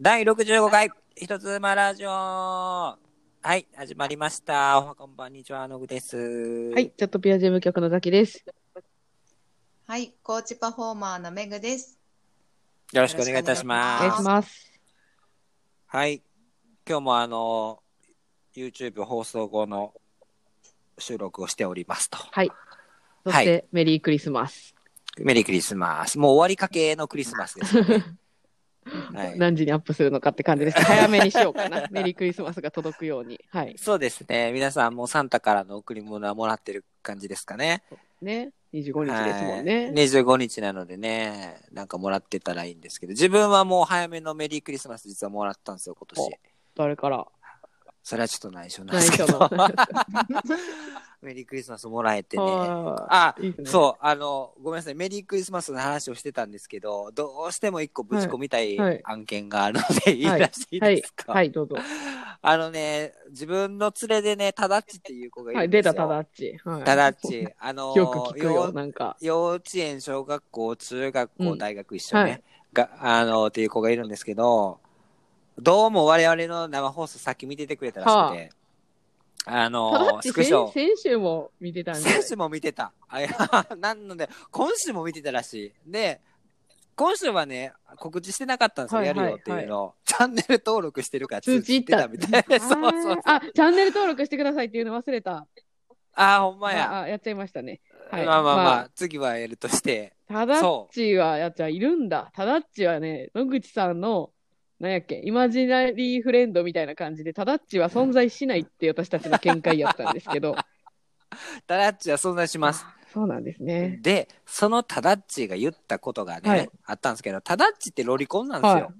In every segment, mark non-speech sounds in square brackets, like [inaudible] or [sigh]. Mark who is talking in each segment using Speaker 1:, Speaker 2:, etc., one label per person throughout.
Speaker 1: 第65回、一つ馬ラジオ。はい、始まりました。おはこんばんにちは、のぐです。は
Speaker 2: は。い、チャットピア事務局のザキです。
Speaker 3: はい、コーチパフォーマーのメグです。
Speaker 1: よろしくお願いいたし
Speaker 2: お
Speaker 1: ます。
Speaker 2: 願いします。
Speaker 1: はい。今日もあの、YouTube 放送後の収録をしておりますと。
Speaker 2: はい。そ
Speaker 1: は
Speaker 2: し
Speaker 1: い
Speaker 2: て、メリークリスマス。
Speaker 1: メリークリスマス。もう終わりかけのクリスマスですよね。
Speaker 2: [laughs]
Speaker 1: はい。
Speaker 2: 何時にアップするのかって感じ
Speaker 1: [laughs]
Speaker 2: です。早めにしようかな。メリークリスマスが届くように。はい。
Speaker 1: そうですね。皆さんもうサンタからの贈り物はもらってる感じですかね。
Speaker 2: ね。25日ですもんね。
Speaker 1: はい25日なのでね、なんかもらってたらいいんですけど、自分はもう早めのメリークリスマス実はもらったんですよ、今年。
Speaker 2: 誰から。
Speaker 1: それはちょっと内緒なんで
Speaker 2: 内
Speaker 1: すけ
Speaker 2: 緒
Speaker 1: ど [laughs]
Speaker 2: の。。
Speaker 1: メリークリスマスもらえてね。
Speaker 2: [laughs] あ
Speaker 1: あ
Speaker 2: ー、いいですね
Speaker 1: そう、あの、ごめんなさい、メリークリスマスの話をしてたんですけど、どうしても一個ぶち込みたい
Speaker 2: はいはい
Speaker 1: 案件があるので、いいらしい
Speaker 2: はい
Speaker 1: です。か、
Speaker 2: はい、どうぞ。
Speaker 1: あのね、自分の連れでね、タダッチっていう子がい
Speaker 2: は
Speaker 1: る
Speaker 2: い、
Speaker 1: ん
Speaker 2: 出
Speaker 1: です
Speaker 2: た
Speaker 1: よ。
Speaker 2: ただっち。はい
Speaker 1: タダッ。
Speaker 2: [laughs]
Speaker 1: チ。あの
Speaker 2: よく聞くよ、
Speaker 1: よ
Speaker 2: なんか。
Speaker 1: 幼稚園、小学校、中学校、
Speaker 2: うん
Speaker 1: 大学一緒ね、
Speaker 2: はい
Speaker 1: が、あの、っていう子がいるんですけど、どうも我々の生放送さっき見ててくれたらしくて、あ
Speaker 2: ただ
Speaker 1: の
Speaker 2: っ、ち
Speaker 1: スク
Speaker 2: 先
Speaker 1: ショ、
Speaker 2: 先週も見てたんで。
Speaker 1: 選手も見てた。あいや、 [laughs] なんので、今週も見てたらしい。で、今週はね、告知してなかったんですよ、
Speaker 2: はいはい
Speaker 1: やるよっていうのを。チャンネル登録してるから
Speaker 2: 通
Speaker 1: 通
Speaker 2: 知
Speaker 1: 知
Speaker 2: いっ
Speaker 1: ったてたみたいな。そうそうそう。
Speaker 2: [laughs] あー、あチャンネル登録してくださいっていうの忘れた。
Speaker 1: あー、ほん
Speaker 2: あ
Speaker 1: まや。
Speaker 2: ーやっちゃいましたね。はい
Speaker 1: まあまあま
Speaker 2: ま
Speaker 1: あ、次はやるとして。
Speaker 2: タダッチはやっちゃいるんだ。タダッチはね、野口さんの、なんやっけ、イマジナリーフレンドみたいな感じで、タダッチは存在しないって私たちの見解やったんですけど。 [laughs]
Speaker 1: タダッチは存在します。
Speaker 2: そうなんですね。
Speaker 1: で、そのタダッチが言ったことがね、
Speaker 2: はい
Speaker 1: あったんですけど、タダッチってロリコンなんですよ。
Speaker 2: はい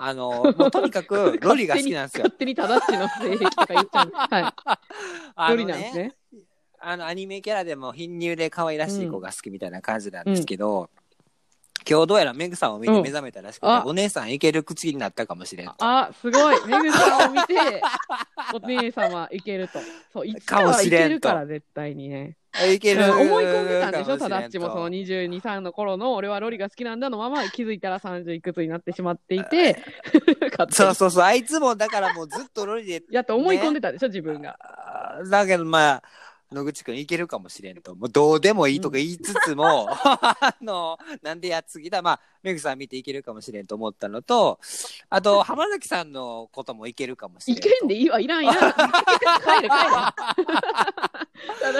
Speaker 1: あの、もうとにかく
Speaker 2: [laughs]
Speaker 1: ロリが好きなんですよ
Speaker 2: [laughs] 勝。手にタダッチの性癖とか言っちゃう。 [laughs] は
Speaker 1: あ
Speaker 2: い。
Speaker 1: の
Speaker 2: よりなんですね。
Speaker 1: あのアニメキャラでも貧乳で可愛らしい子が好きみたいな感じなんですけど、今日どうやらメグさんを見て
Speaker 2: うん
Speaker 1: 目覚めたらしくて、
Speaker 2: あ
Speaker 1: お姉さんいける口になったかもしれんと。
Speaker 2: あ、すごい。めぐさんを見て、お姉様いけると。そう、いつか
Speaker 1: かも
Speaker 2: は
Speaker 1: し
Speaker 2: い
Speaker 1: れんと
Speaker 2: けるから、絶対にね。
Speaker 1: いける
Speaker 2: うん思い込んでたんでし
Speaker 1: か
Speaker 2: ょ、タ
Speaker 1: もれ
Speaker 2: ダ
Speaker 1: ん
Speaker 2: ッ
Speaker 1: と
Speaker 2: チもその22、3の頃の俺はロリが好きなんだのまま気づいたら30いくつになってしまっていて、勝
Speaker 1: [laughs]
Speaker 2: 手
Speaker 1: そ
Speaker 2: に
Speaker 1: うそうそう、あいつもだからもうずっとロリで、
Speaker 2: [laughs] やっと思い込んでたでしょ、自分が。
Speaker 1: あーだけどまあ、野口くんいけるかもしれんと。もうどうでもいいとか言いつつも、 [laughs] あの、なんでやっつぎだ。まあ、メグさん見ていけるかもしれんと思ったのと、あと、浜崎さんのこともいけるかもしれ
Speaker 2: い
Speaker 1: んと。
Speaker 2: けんでいいわ、
Speaker 1: [laughs]
Speaker 2: いらん、いらん。帰れ、帰れ。タダ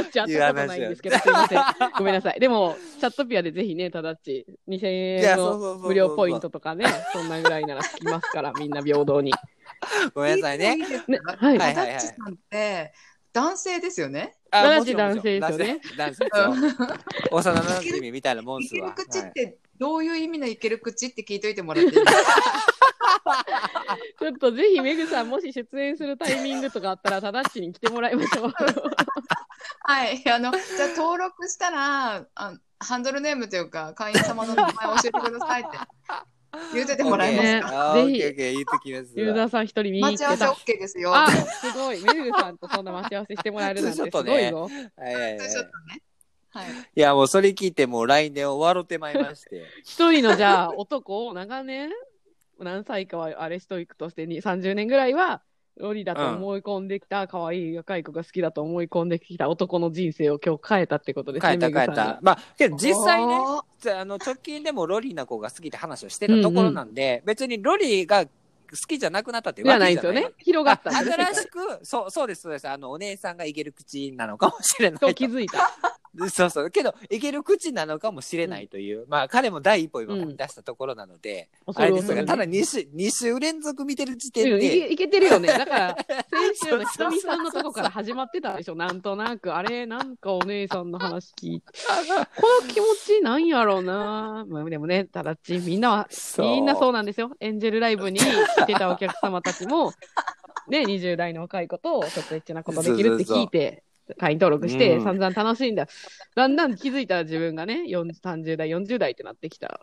Speaker 2: ッチ会ったことないんですけど、すいません。ごめんなさい。でも、チャットピアでぜひね、タダッチ2000
Speaker 1: いや
Speaker 2: 円
Speaker 1: そうそう
Speaker 2: の
Speaker 1: そうそう
Speaker 2: 無料ポイントとかね、そんなぐらいならつきますから、みんな平等に。
Speaker 1: ごめんなさいね。
Speaker 2: ね、はい。
Speaker 1: は
Speaker 3: はいい
Speaker 1: はいはい
Speaker 3: タッチさんって男性ですよね。
Speaker 1: あ
Speaker 2: 七
Speaker 1: もちろん
Speaker 2: 男性
Speaker 1: もちろん男性
Speaker 3: う
Speaker 1: 男性
Speaker 3: ん
Speaker 1: ですよ。幼馴染みみたいなもん
Speaker 3: い
Speaker 1: す
Speaker 3: け
Speaker 1: わ。
Speaker 3: る口っ
Speaker 1: はい
Speaker 3: てどういう意味のいける口って聞いといてもらっていいで
Speaker 1: [laughs]
Speaker 3: すか。
Speaker 2: ちょっとぜひ、メグさん、もし出演するタイミングとかあったら、タダッチに来てもらいましょう。
Speaker 3: はい、あのじゃあ登録したらあハンドルネームというか会員様の名前を教えてくださいって言うててもらえます
Speaker 2: ね
Speaker 3: か。
Speaker 1: あー
Speaker 2: ぜひ
Speaker 1: オッケーオッケー言ってきますわ。
Speaker 2: ユーザーさん一人見に行
Speaker 3: 待
Speaker 2: って
Speaker 3: ち合わせ
Speaker 2: た。
Speaker 3: OK ですよ。
Speaker 2: あ、すごい。メグさんとそんな待ち合わせしてもらえるなんて
Speaker 1: ちょっ
Speaker 2: す
Speaker 1: と
Speaker 2: ご
Speaker 1: ね
Speaker 2: いぞ。
Speaker 1: はいはいはい
Speaker 3: ちょっとね。はい。
Speaker 1: いやもうそれ聞いてもう来年終わろてまいまして。
Speaker 2: 一人のじゃあ男を長年何歳かはあれしといくとしてに30年ぐらいはロリだと思い込んできた、可愛い若い子が好きだと思い込んできた男の人生を今日変えたってことですね
Speaker 1: 変えた
Speaker 2: メ
Speaker 1: 変
Speaker 2: グさん
Speaker 1: え
Speaker 2: が
Speaker 1: た。まあけど実際ね、
Speaker 3: おー
Speaker 1: じゃああの直近でもロリーな子が好きって話をしてたところなんで、別にロリーが好きじゃなくなったって
Speaker 2: じゃ
Speaker 1: わ
Speaker 2: な
Speaker 1: け
Speaker 2: い
Speaker 1: じ
Speaker 2: で
Speaker 1: ゃ
Speaker 2: す
Speaker 1: な
Speaker 2: よ
Speaker 1: い。
Speaker 2: ね広がったんですよ
Speaker 1: 新しく、そう、そうです、そうです。あの、お姉さんがいける口なのかもしれない
Speaker 2: と
Speaker 1: と。
Speaker 2: [laughs] 気づい
Speaker 1: [laughs]
Speaker 2: た
Speaker 1: そうそう。けど、いける口なのかもしれないという、まあ、彼も第一歩今踏み出したところなので、あ
Speaker 2: 恐
Speaker 1: れ
Speaker 2: る
Speaker 1: です
Speaker 2: 恐
Speaker 1: が、
Speaker 2: る
Speaker 1: ただ2週、二週連続見てる時
Speaker 2: う
Speaker 1: 点
Speaker 2: んい
Speaker 1: で、
Speaker 2: けいけてるよねだから先週
Speaker 1: そうそう
Speaker 2: のひ
Speaker 1: そう
Speaker 2: とみさんのとこから始まってたでしょなんとなくあれなんかお姉さんの話聞いてこの気持ちなんやろうな、まあ、でもねただっちみんなはみんなそうなんですよ。エンジェルライブに来てたお客様たち
Speaker 1: [laughs]
Speaker 2: も、ね、20代の若い子と、ちょっとエッチなことできるって聞いて、会員登録して、
Speaker 1: うん
Speaker 2: 散々楽しんだ。だんだん気づいたら自分がね、40 30代、40代ってなってきた。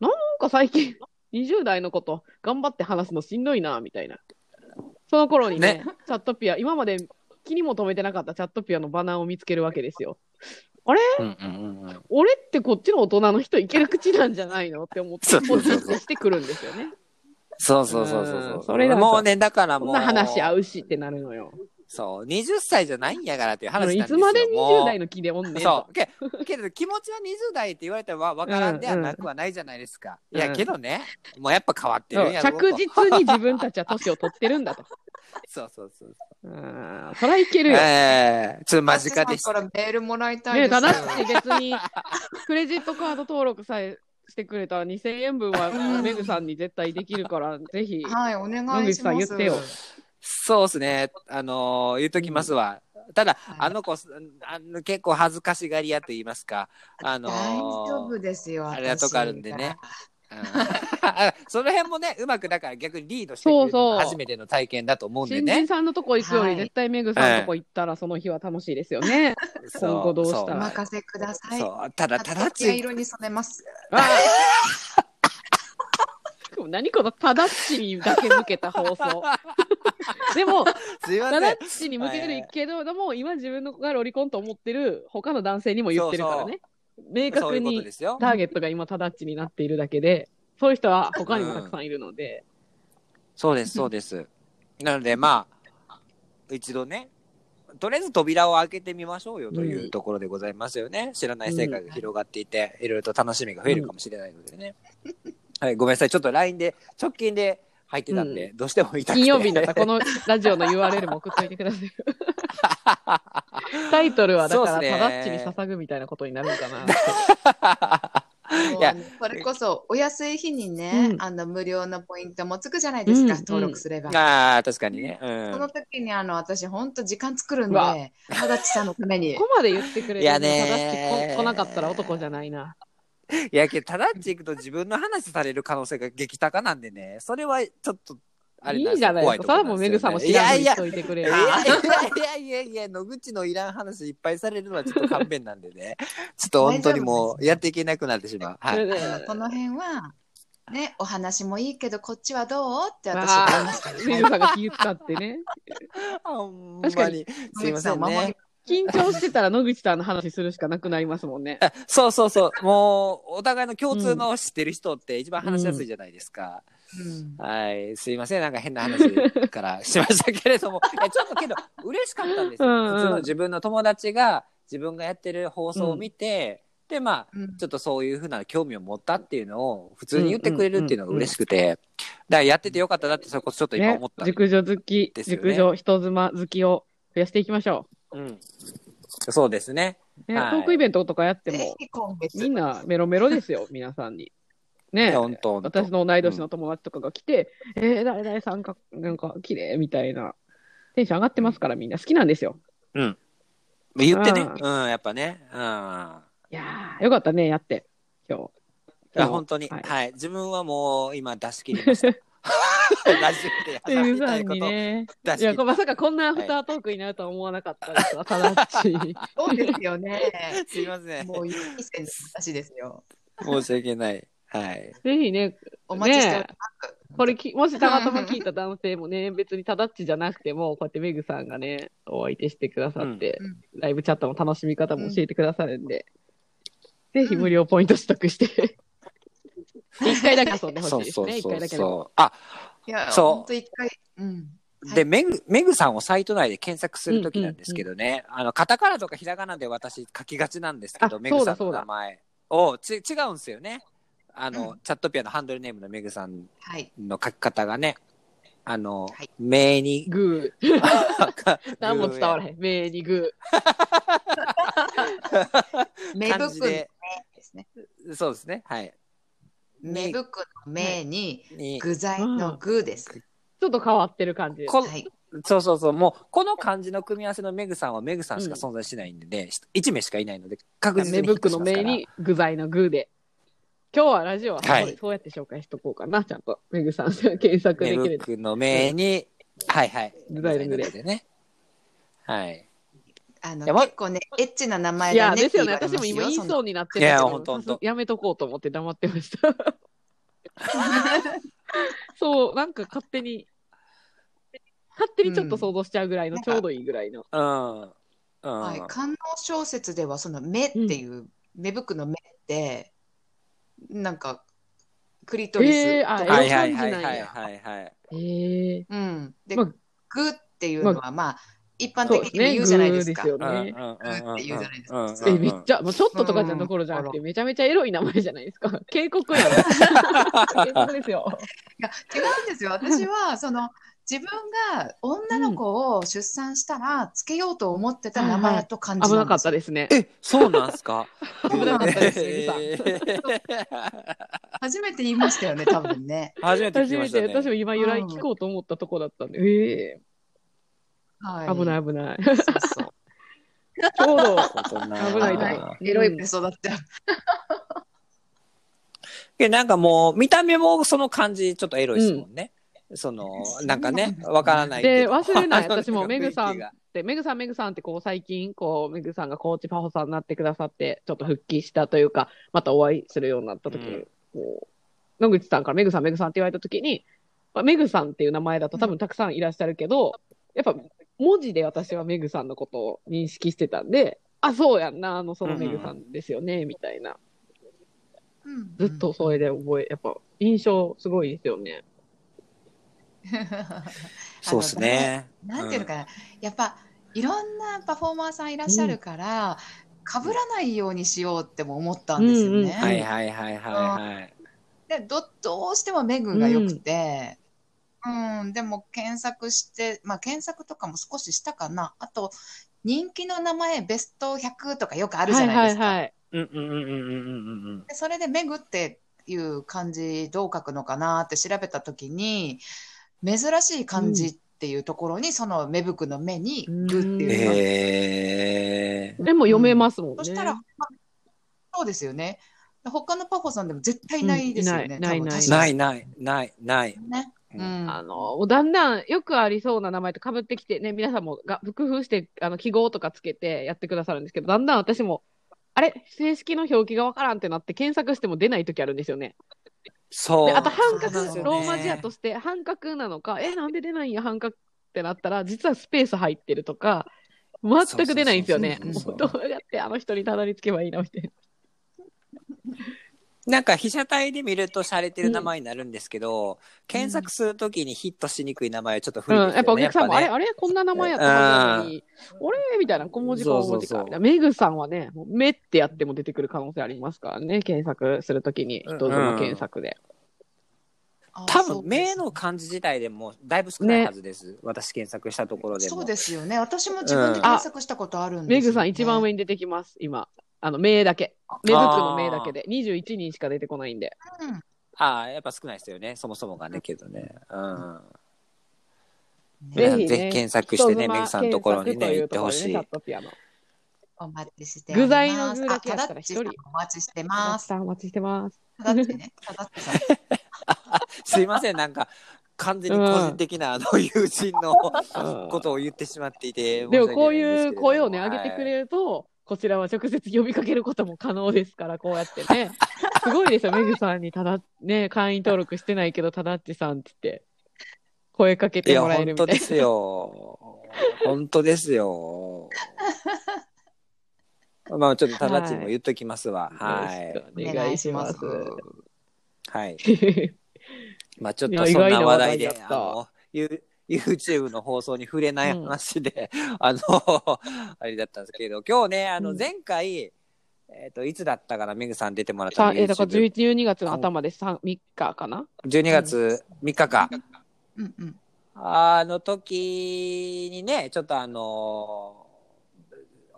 Speaker 2: なんか最近、20代のこと、頑張って話すのしんどいな、みたいな。その頃に
Speaker 1: ね
Speaker 2: ね、チャットピア、今まで気にも留めてなかったチャットピアのバナーを見つけるわけですよ。
Speaker 1: うんうんうんうん。
Speaker 2: 俺ってこっちの大人の人いける口なんじゃないのって思って、
Speaker 1: そうそうそう
Speaker 2: ポチってしてくるんですよね。
Speaker 1: そうそうそうそうそう
Speaker 2: うんそれだと
Speaker 1: もうねだから
Speaker 2: こ
Speaker 1: も
Speaker 2: ん
Speaker 1: う
Speaker 2: な話合うしってなるのよ。
Speaker 1: そう20歳じゃないんやからっていう話
Speaker 2: あ
Speaker 1: なんで
Speaker 2: の
Speaker 1: す
Speaker 2: い
Speaker 1: よ
Speaker 2: つまで
Speaker 1: もう
Speaker 2: 20代の気でおんねんと。
Speaker 1: そうけけど気持ちは20代って言われたら分からんではなくはないじゃないですか、
Speaker 2: うん
Speaker 1: いやけどねもうやっぱ変わってるんやろ
Speaker 2: 着実に自分たちは年を取ってるん
Speaker 1: [laughs]
Speaker 2: だと。
Speaker 1: そうそうそう
Speaker 2: うん、そらいけるよ。ね
Speaker 1: ええちょっと間近でし
Speaker 3: さん
Speaker 1: た
Speaker 3: からメールもらいたい
Speaker 2: え、
Speaker 3: です。
Speaker 2: ただし別に、クレジットカード登録さえしてくれたら2000円分は
Speaker 3: うん
Speaker 2: メグさんに絶対できる
Speaker 3: [laughs]
Speaker 2: から、ぜひ。
Speaker 3: はい、お願
Speaker 2: 野
Speaker 3: い
Speaker 2: 口
Speaker 3: し
Speaker 2: さ
Speaker 3: ま
Speaker 2: ん言
Speaker 3: す。
Speaker 2: ってよ
Speaker 1: そうですねあのー言っときますわ、ただあの子あの結構恥ずかしがり屋と言いますかあのー
Speaker 3: 大丈夫ですよ。
Speaker 1: あれだとかあるんでねうん [laughs] その辺もねうまくだから逆にリードしてくれ
Speaker 2: そう
Speaker 1: る
Speaker 2: そう
Speaker 1: のが初めての体験だと思うんで
Speaker 2: 新
Speaker 1: ね
Speaker 2: 人さんのとこ行くよ
Speaker 3: は
Speaker 2: り
Speaker 3: い
Speaker 2: 絶対メグさんのとこ行ったらその日は楽しいですよね。
Speaker 1: [laughs]
Speaker 2: 今後どうした
Speaker 3: 私。お
Speaker 2: ら
Speaker 3: 任せください。
Speaker 1: そうただただ
Speaker 3: 私が色に染めます。
Speaker 2: あでも何このただっちにだけ向けた放送。でも、
Speaker 1: すいませ
Speaker 2: た
Speaker 1: ん
Speaker 2: だっちに向けるけど、でも今自分の子がロリコンと思ってる他の男性にも言ってるからね。明
Speaker 1: そうい
Speaker 2: 確
Speaker 1: うこと
Speaker 2: に
Speaker 1: ですよ
Speaker 2: ターゲットが今ただっちになっているだけで、そういう人は他にもたくさんいるので。
Speaker 1: そうです、
Speaker 2: [laughs]
Speaker 1: そうです。なので、まあ、一度ね、とりあえず扉を開けてみましょうよというところでございますよね。知らない世界が広がっていて、いろいろと楽しみが増えるかもしれないのでね。はい、ごめんなさい。ちょっと LINE で、直近で入ってたん [laughs] で、どうしても言いたくて。
Speaker 2: 金曜日のさ、このラジオの URL も送っといてください。タイトルはだから、
Speaker 1: そうっす
Speaker 2: た
Speaker 1: ね
Speaker 2: だっちに捧ぐみたいなことになるん
Speaker 1: [laughs]
Speaker 2: かな。
Speaker 1: いや
Speaker 3: もうそれこそお安い日にね、
Speaker 2: うん
Speaker 3: あの無料のポイントもつくじゃないですか、
Speaker 2: うん
Speaker 3: 登録すれば。
Speaker 1: ああ、確かにね。う
Speaker 3: その
Speaker 1: ん。
Speaker 3: 時にあの私本当時間作るん
Speaker 2: うわ
Speaker 3: で、ただちさんのために
Speaker 2: こ。こまで言ってくれ
Speaker 1: い
Speaker 2: る
Speaker 1: や
Speaker 2: の
Speaker 1: ねー
Speaker 2: 正しく来なかったら男じゃないな。
Speaker 1: いやけど、ただっち行くと自分の話される可能性が激高なんでね、それはちょっと、あれ
Speaker 2: い
Speaker 1: んですよ
Speaker 2: いじゃないですか。それはもう
Speaker 1: 怖
Speaker 2: め
Speaker 1: と
Speaker 2: ぐ
Speaker 1: こ
Speaker 2: さ
Speaker 1: な
Speaker 2: んも
Speaker 1: んですよね
Speaker 2: 知らんふ
Speaker 1: いや
Speaker 2: りし
Speaker 1: いや
Speaker 2: といてくれ
Speaker 1: い
Speaker 2: る。
Speaker 1: やいやいやいや、野口のいらん話いっぱいされるのはちょっと勘弁なんでね。ちょっと本当にもうやっていけなくなってしまう。は
Speaker 2: それ
Speaker 1: い。
Speaker 2: で
Speaker 3: あのこの辺は、ね、お話もいいけどこっちはどうって私
Speaker 2: あー
Speaker 3: 言いますから
Speaker 2: めぐさんが気使ってね。
Speaker 1: ほん
Speaker 2: 確か
Speaker 1: ま
Speaker 2: に
Speaker 1: に。すいません
Speaker 3: 野口さんを守
Speaker 1: ね
Speaker 3: り。
Speaker 2: 緊張してたら野口さんの話するしかなくなりますも
Speaker 1: [laughs]
Speaker 2: んね。
Speaker 1: そうそうそう。もう、お互いの共通の知ってる人って一番話しやすいじゃないですか。
Speaker 3: うん
Speaker 1: はい。すいません。なんか変な話からしましたけれども。いやちょっとけど、嬉しかったんです
Speaker 2: うんう
Speaker 1: よ。
Speaker 2: ん
Speaker 1: 普通の自分の友達が自分がやってる放送を見て、で、まあ、
Speaker 3: うん
Speaker 1: ちょっとそういうふうな興味を持ったっていうのを普通に言ってくれるっていうのが嬉しくて、だからやっててよかったなってそれこそちょっと今
Speaker 2: ね
Speaker 1: 思った、、
Speaker 2: 熟女好き、
Speaker 1: ですよね
Speaker 2: 熟女人妻好きを増やしていきましょ
Speaker 1: うん、そうですね
Speaker 2: う。ね、
Speaker 1: はい
Speaker 2: トークイベントとかやって
Speaker 3: ぜ
Speaker 1: [laughs]
Speaker 2: も、
Speaker 3: ひ今
Speaker 2: み
Speaker 3: 月
Speaker 2: んなメロメロですよ、皆さんに。ね
Speaker 1: いや本当本当
Speaker 2: 私の同い年の友達とかが来て、えー、誰々さんか、なんか、綺麗みたいな。テンション上がってますから、みんな好きなんですよ。
Speaker 1: 言ってね
Speaker 2: う
Speaker 1: うんやっぱねうんい
Speaker 2: いやー、よかったね、やって、今日。
Speaker 1: や本当に
Speaker 2: は
Speaker 1: はいい、自分はもう今出し切りま
Speaker 2: [laughs]
Speaker 1: したラジオで
Speaker 2: メ
Speaker 1: や
Speaker 2: グ
Speaker 1: りた
Speaker 2: さ
Speaker 1: い
Speaker 2: ん
Speaker 1: こ
Speaker 2: に
Speaker 1: と
Speaker 2: ね。
Speaker 1: 出
Speaker 2: [laughs] い
Speaker 1: し
Speaker 2: や、
Speaker 1: 切
Speaker 2: こ
Speaker 1: っ
Speaker 2: まさかこんなアフタートークになるとは思わなかったですわ、ただっ
Speaker 1: [laughs]
Speaker 2: ち。
Speaker 3: そうですよね。
Speaker 1: たすいません
Speaker 3: もういい線の私ですよ。
Speaker 1: 申し訳ないはい
Speaker 2: ぜひね、
Speaker 3: お待ちしております。
Speaker 2: これき、もしたまたま聞いた男性もね、 [laughs] 別にただっちじゃなくても、こうやってメグさんがね、お相手してくださって、
Speaker 3: うん
Speaker 2: ライブチャットの楽しみ方も教えてくださるんで、ぜひ無料ポイント取得して、一回だけ遊んでほし
Speaker 1: そ
Speaker 2: いうです
Speaker 1: そう
Speaker 2: ね、一
Speaker 1: そ
Speaker 2: 回
Speaker 1: う
Speaker 2: だけでも。
Speaker 1: そうあ
Speaker 3: いや、
Speaker 1: そう
Speaker 3: 本当一回。うん。はい
Speaker 1: で、メグ、メグさんをサイト内で検索するときなんですけどね、あの、カタカナとかひらがなで私書きがちなんですけ
Speaker 2: あ
Speaker 1: ど、メグさん
Speaker 2: そう
Speaker 1: の
Speaker 2: だ
Speaker 1: 名前を、ち、違うんですよね。あの、
Speaker 3: うん
Speaker 1: チャットピアのハンドルネームのメグさん
Speaker 3: はい。
Speaker 1: の書き方がね、あの、
Speaker 3: はい
Speaker 1: 名に、 [laughs]
Speaker 2: グー。 [laughs] 何も伝わらへん。名にグ
Speaker 1: 感じ
Speaker 3: 芽吹くの芽
Speaker 1: で
Speaker 3: ですね。
Speaker 1: そうですね。はい。
Speaker 3: 芽
Speaker 1: に
Speaker 3: 吹くの芽に、
Speaker 1: に、
Speaker 3: 具材の具です。
Speaker 2: ー。ちょっと変わってる感じです。
Speaker 1: こ
Speaker 3: はい。
Speaker 1: そうそうそう、もう、この漢字の組み合わせのメグさんはメグさんしか存在しないんでね、1名しかいないので、確実
Speaker 2: 芽
Speaker 1: にヒッ
Speaker 2: 吹
Speaker 1: ト
Speaker 2: く
Speaker 1: し
Speaker 2: の
Speaker 1: ますか
Speaker 2: 名
Speaker 1: ら。
Speaker 2: に具材の具で。今日はラジオはそう,、
Speaker 1: はい
Speaker 2: そうやって紹介しとこうかな、ちゃんと。メグさん、検索で
Speaker 1: メ
Speaker 2: きる
Speaker 1: ブ。クの名に、はいはい。
Speaker 2: 具材の具で
Speaker 1: でね。はい。
Speaker 3: あの
Speaker 1: いやま
Speaker 3: 結構ね、エッチな名前
Speaker 2: いや、
Speaker 3: だね
Speaker 2: で
Speaker 3: っ
Speaker 2: す
Speaker 3: て
Speaker 2: よね。
Speaker 3: 言われ
Speaker 2: 私
Speaker 3: ま
Speaker 2: も
Speaker 3: すよ。
Speaker 2: 今言い
Speaker 3: そん
Speaker 2: そうになって
Speaker 1: いや
Speaker 2: けど
Speaker 1: ほんとほんと
Speaker 2: [laughs] やめとこうと思って黙ってました。 [laughs] そう、なんか勝手に、勝手にちょっと想像しちゃうぐらいの、
Speaker 3: うん
Speaker 2: ちょうどいいぐらいの。
Speaker 1: うん。うん。
Speaker 3: なはい、官能小説ではその「目」っていう、芽吹くの「目」ってなんかクリトリス。
Speaker 2: えー、あ、
Speaker 1: は
Speaker 2: え
Speaker 1: い
Speaker 2: え
Speaker 1: は
Speaker 2: 感
Speaker 1: い
Speaker 2: じ
Speaker 1: はい
Speaker 2: なん
Speaker 1: はい
Speaker 2: や。
Speaker 1: はいはい。
Speaker 2: ええ
Speaker 3: うん。で、
Speaker 2: まあ
Speaker 3: グっていうのは、まあ、一般的に言うじゃないですか。
Speaker 2: そうですねグーですよね。
Speaker 1: うん
Speaker 3: って言うじゃないですか
Speaker 1: うんうんうん
Speaker 2: え、めっちゃ、もうちょっととかじゃ
Speaker 3: うん
Speaker 2: どころじゃなくて、めちゃめちゃエロい名前じゃないですか。警告
Speaker 3: [laughs]
Speaker 2: やろ。警告ですよ。
Speaker 3: いや、違うんですよ。私は、その、自分が女の子を出産したら、つけようと思ってた名前と感じ
Speaker 2: 危な
Speaker 3: な
Speaker 2: んか
Speaker 3: で
Speaker 2: っ
Speaker 3: す
Speaker 2: た
Speaker 3: よ
Speaker 2: ですね。
Speaker 1: え、そうなんすか
Speaker 2: 危なかったですね
Speaker 1: えー
Speaker 3: 初めて言いましたよ
Speaker 2: [laughs]
Speaker 3: ね、多分ね。
Speaker 1: [laughs] 初めて聞
Speaker 2: 初
Speaker 1: きま
Speaker 2: め
Speaker 1: した
Speaker 2: て、私も
Speaker 1: ね。
Speaker 2: 今由来聞こうと思ったとこだったんで、ええ
Speaker 3: はい。
Speaker 2: 危ない危
Speaker 3: [laughs]
Speaker 2: ない。
Speaker 3: そうそう。
Speaker 2: ちょうど、
Speaker 1: 危
Speaker 2: 危ないとこ
Speaker 3: はいエロい子育って。
Speaker 1: で、なんかもう、見た目もその感じ、ちょっとエロいですもんね。その、なんかね、わからないけ
Speaker 2: で、
Speaker 1: ど。
Speaker 2: 忘れない。
Speaker 1: [laughs] あの
Speaker 2: 私もメグさ
Speaker 1: 雰
Speaker 2: ん
Speaker 1: 囲気が
Speaker 2: って、メグさん、メグさんって、こう、最近、こう、メグさんがコーチパホさんになってくださって、ちょっと復帰したというか、またお会いするようになった時に、
Speaker 1: うん
Speaker 2: こう、野口さんからメグさん、メグさんって言われた時に、まあ、メグさんっていう名前だと多分たくさんいらっしゃるけど、やっぱ、文字で私はメグさんのことを認識してたんで、あ、そうやんな、あの、そのメグさんですよね、みたいな。
Speaker 3: うん
Speaker 2: ずっ
Speaker 3: [laughs]
Speaker 2: と。それで覚え、やっぱ、印象すごいですよね。
Speaker 1: そうですね。
Speaker 3: なんていうのかな、やっぱいろんなパフォーマーさんいらっしゃるから、被らないようにしようっても思ったんですよね。
Speaker 2: うんうん
Speaker 1: はいはいはいはいはい。
Speaker 3: でどどうしてもメグが良くて、うん、でも検索して、まあ検索とかも少ししたかな。あと、人気の名前ベスト100とかよくあるじゃないですか。
Speaker 2: はいはいはい。
Speaker 1: うんうんうんうんうんうんうん。
Speaker 3: でそれでメグっていう漢字どう書くのかなって調べたときに、珍しい漢字っていうところに、その芽吹くの目にグっていうのが
Speaker 1: え
Speaker 2: でも読めますもんね。
Speaker 3: そしたら、まあそうですよね。他のパフォさんでも絶対ないですよね。
Speaker 2: うんいない
Speaker 3: 多分
Speaker 2: な
Speaker 1: ー、
Speaker 2: い
Speaker 3: 確か
Speaker 1: な
Speaker 3: に
Speaker 1: いないないない。
Speaker 3: ね。
Speaker 1: うん
Speaker 3: うん
Speaker 2: あの、だんだんよくありそうな名前とかぶってきてね、皆さんもが工夫して、あの、記号とかつけてやってくださるんですけど、だんだん私も、あれ正式の表記がわからんってなって検索しても出ない時あるんですよね。
Speaker 1: そう。
Speaker 2: で、あと
Speaker 3: 半
Speaker 2: 半
Speaker 3: 角
Speaker 1: そうなんで
Speaker 2: 角、
Speaker 1: すよね
Speaker 2: ローマ字やとして半角なのか、え、なんで出ないんや、半角ってなったら、実はスペース入ってるとか、全く出ないんですよね。
Speaker 3: そうそう
Speaker 1: そう
Speaker 2: もうどうやってあの人にたどり着けばいいのみたいな。
Speaker 1: なんか被写体で見ると洒落てる名前になるんですけど、検索するときにヒットしにくい名前はちょっと古い
Speaker 2: うん、
Speaker 1: ですよ
Speaker 2: やっ
Speaker 1: ね。
Speaker 2: ぱお客さんも、あれ、
Speaker 1: ね
Speaker 2: あれ、こんな名前やったはずなのに、俺みたいな小文字小文字
Speaker 1: そう
Speaker 2: か
Speaker 1: そうそ。う
Speaker 2: メグさんはね、もう目ってやっても出てくる可能性ありますからね、検索するときに、
Speaker 1: うん
Speaker 2: 人との検索で。
Speaker 1: 多分、名の漢字自体でもだいぶ少ないはずです。私検索したところでも。
Speaker 3: そうですよね。私も自分で検索したことあるんで
Speaker 2: メ
Speaker 3: すよ
Speaker 2: グ
Speaker 3: ね
Speaker 2: さん一番上に出てきます、今。あの、名だけ。メグくの名だけで、21人しか出てこないんで。
Speaker 3: うん
Speaker 1: ああ、やっぱ少ないですよね。そもそもがね、けどね。うん。
Speaker 2: ぜ
Speaker 1: ぜ
Speaker 2: ひ
Speaker 1: ひ、
Speaker 2: ね
Speaker 1: 検索してね、
Speaker 2: 人妻
Speaker 1: メグさんのところにね、
Speaker 2: 検
Speaker 1: 行っ
Speaker 2: 索と
Speaker 1: てほ
Speaker 2: いうところで
Speaker 1: し
Speaker 2: ね
Speaker 1: い。
Speaker 2: チャットピアノ。
Speaker 3: お待ちしており
Speaker 2: 具材
Speaker 3: ま
Speaker 2: の
Speaker 3: す
Speaker 2: 具だけ
Speaker 3: あ
Speaker 2: や
Speaker 3: た
Speaker 2: った
Speaker 3: だ
Speaker 2: ら
Speaker 3: っ
Speaker 2: 一
Speaker 3: ち
Speaker 2: 人
Speaker 3: さんお待ちしてま
Speaker 2: た
Speaker 3: す。
Speaker 2: さんお待ちしてます。
Speaker 3: ただってね。ただってさん。
Speaker 1: すいません、なんか、完全に個人的な、あの、友人の
Speaker 2: うん
Speaker 1: ことを言ってしまっていて。
Speaker 2: [laughs] でも
Speaker 1: 申し訳ないんすけれど
Speaker 2: こういう声をね、上げてく
Speaker 1: はい
Speaker 2: れると、こちらは直接呼びかけることも可能ですから、こうやってね。 [laughs] すごいですよ、メグさんにただ、ね、会員登録してないけど、ただっちさんって言って、声かけ
Speaker 1: い
Speaker 2: て
Speaker 1: や、
Speaker 2: もらえる
Speaker 1: 本
Speaker 2: みた
Speaker 1: 当
Speaker 2: いな
Speaker 1: で。すよ。
Speaker 2: [laughs]
Speaker 1: 本当ですよ。まあ、ちょっと、ただちも言っときますわ。はい。
Speaker 2: よろしくお願いします。
Speaker 3: お願いし
Speaker 1: はい。まあちょっとい
Speaker 2: や
Speaker 1: そんな話題
Speaker 2: 意
Speaker 1: で、
Speaker 2: 外な話題だっ
Speaker 1: あ
Speaker 2: た
Speaker 1: の、ユ YouTube の放送に触れない話で、あの、 [laughs] あれだったんですけど、今日ね、あ
Speaker 2: う
Speaker 1: の、
Speaker 2: ん
Speaker 1: 前回、えっ、と、いつだったかな、メグさん出てもらった
Speaker 2: [laughs] さ
Speaker 1: の、
Speaker 2: えだから
Speaker 1: YouTube
Speaker 2: 11 12月の頭で3、3日かな
Speaker 1: 12月3日か、
Speaker 3: うんうん。
Speaker 1: あの時にね、ちょっとあの、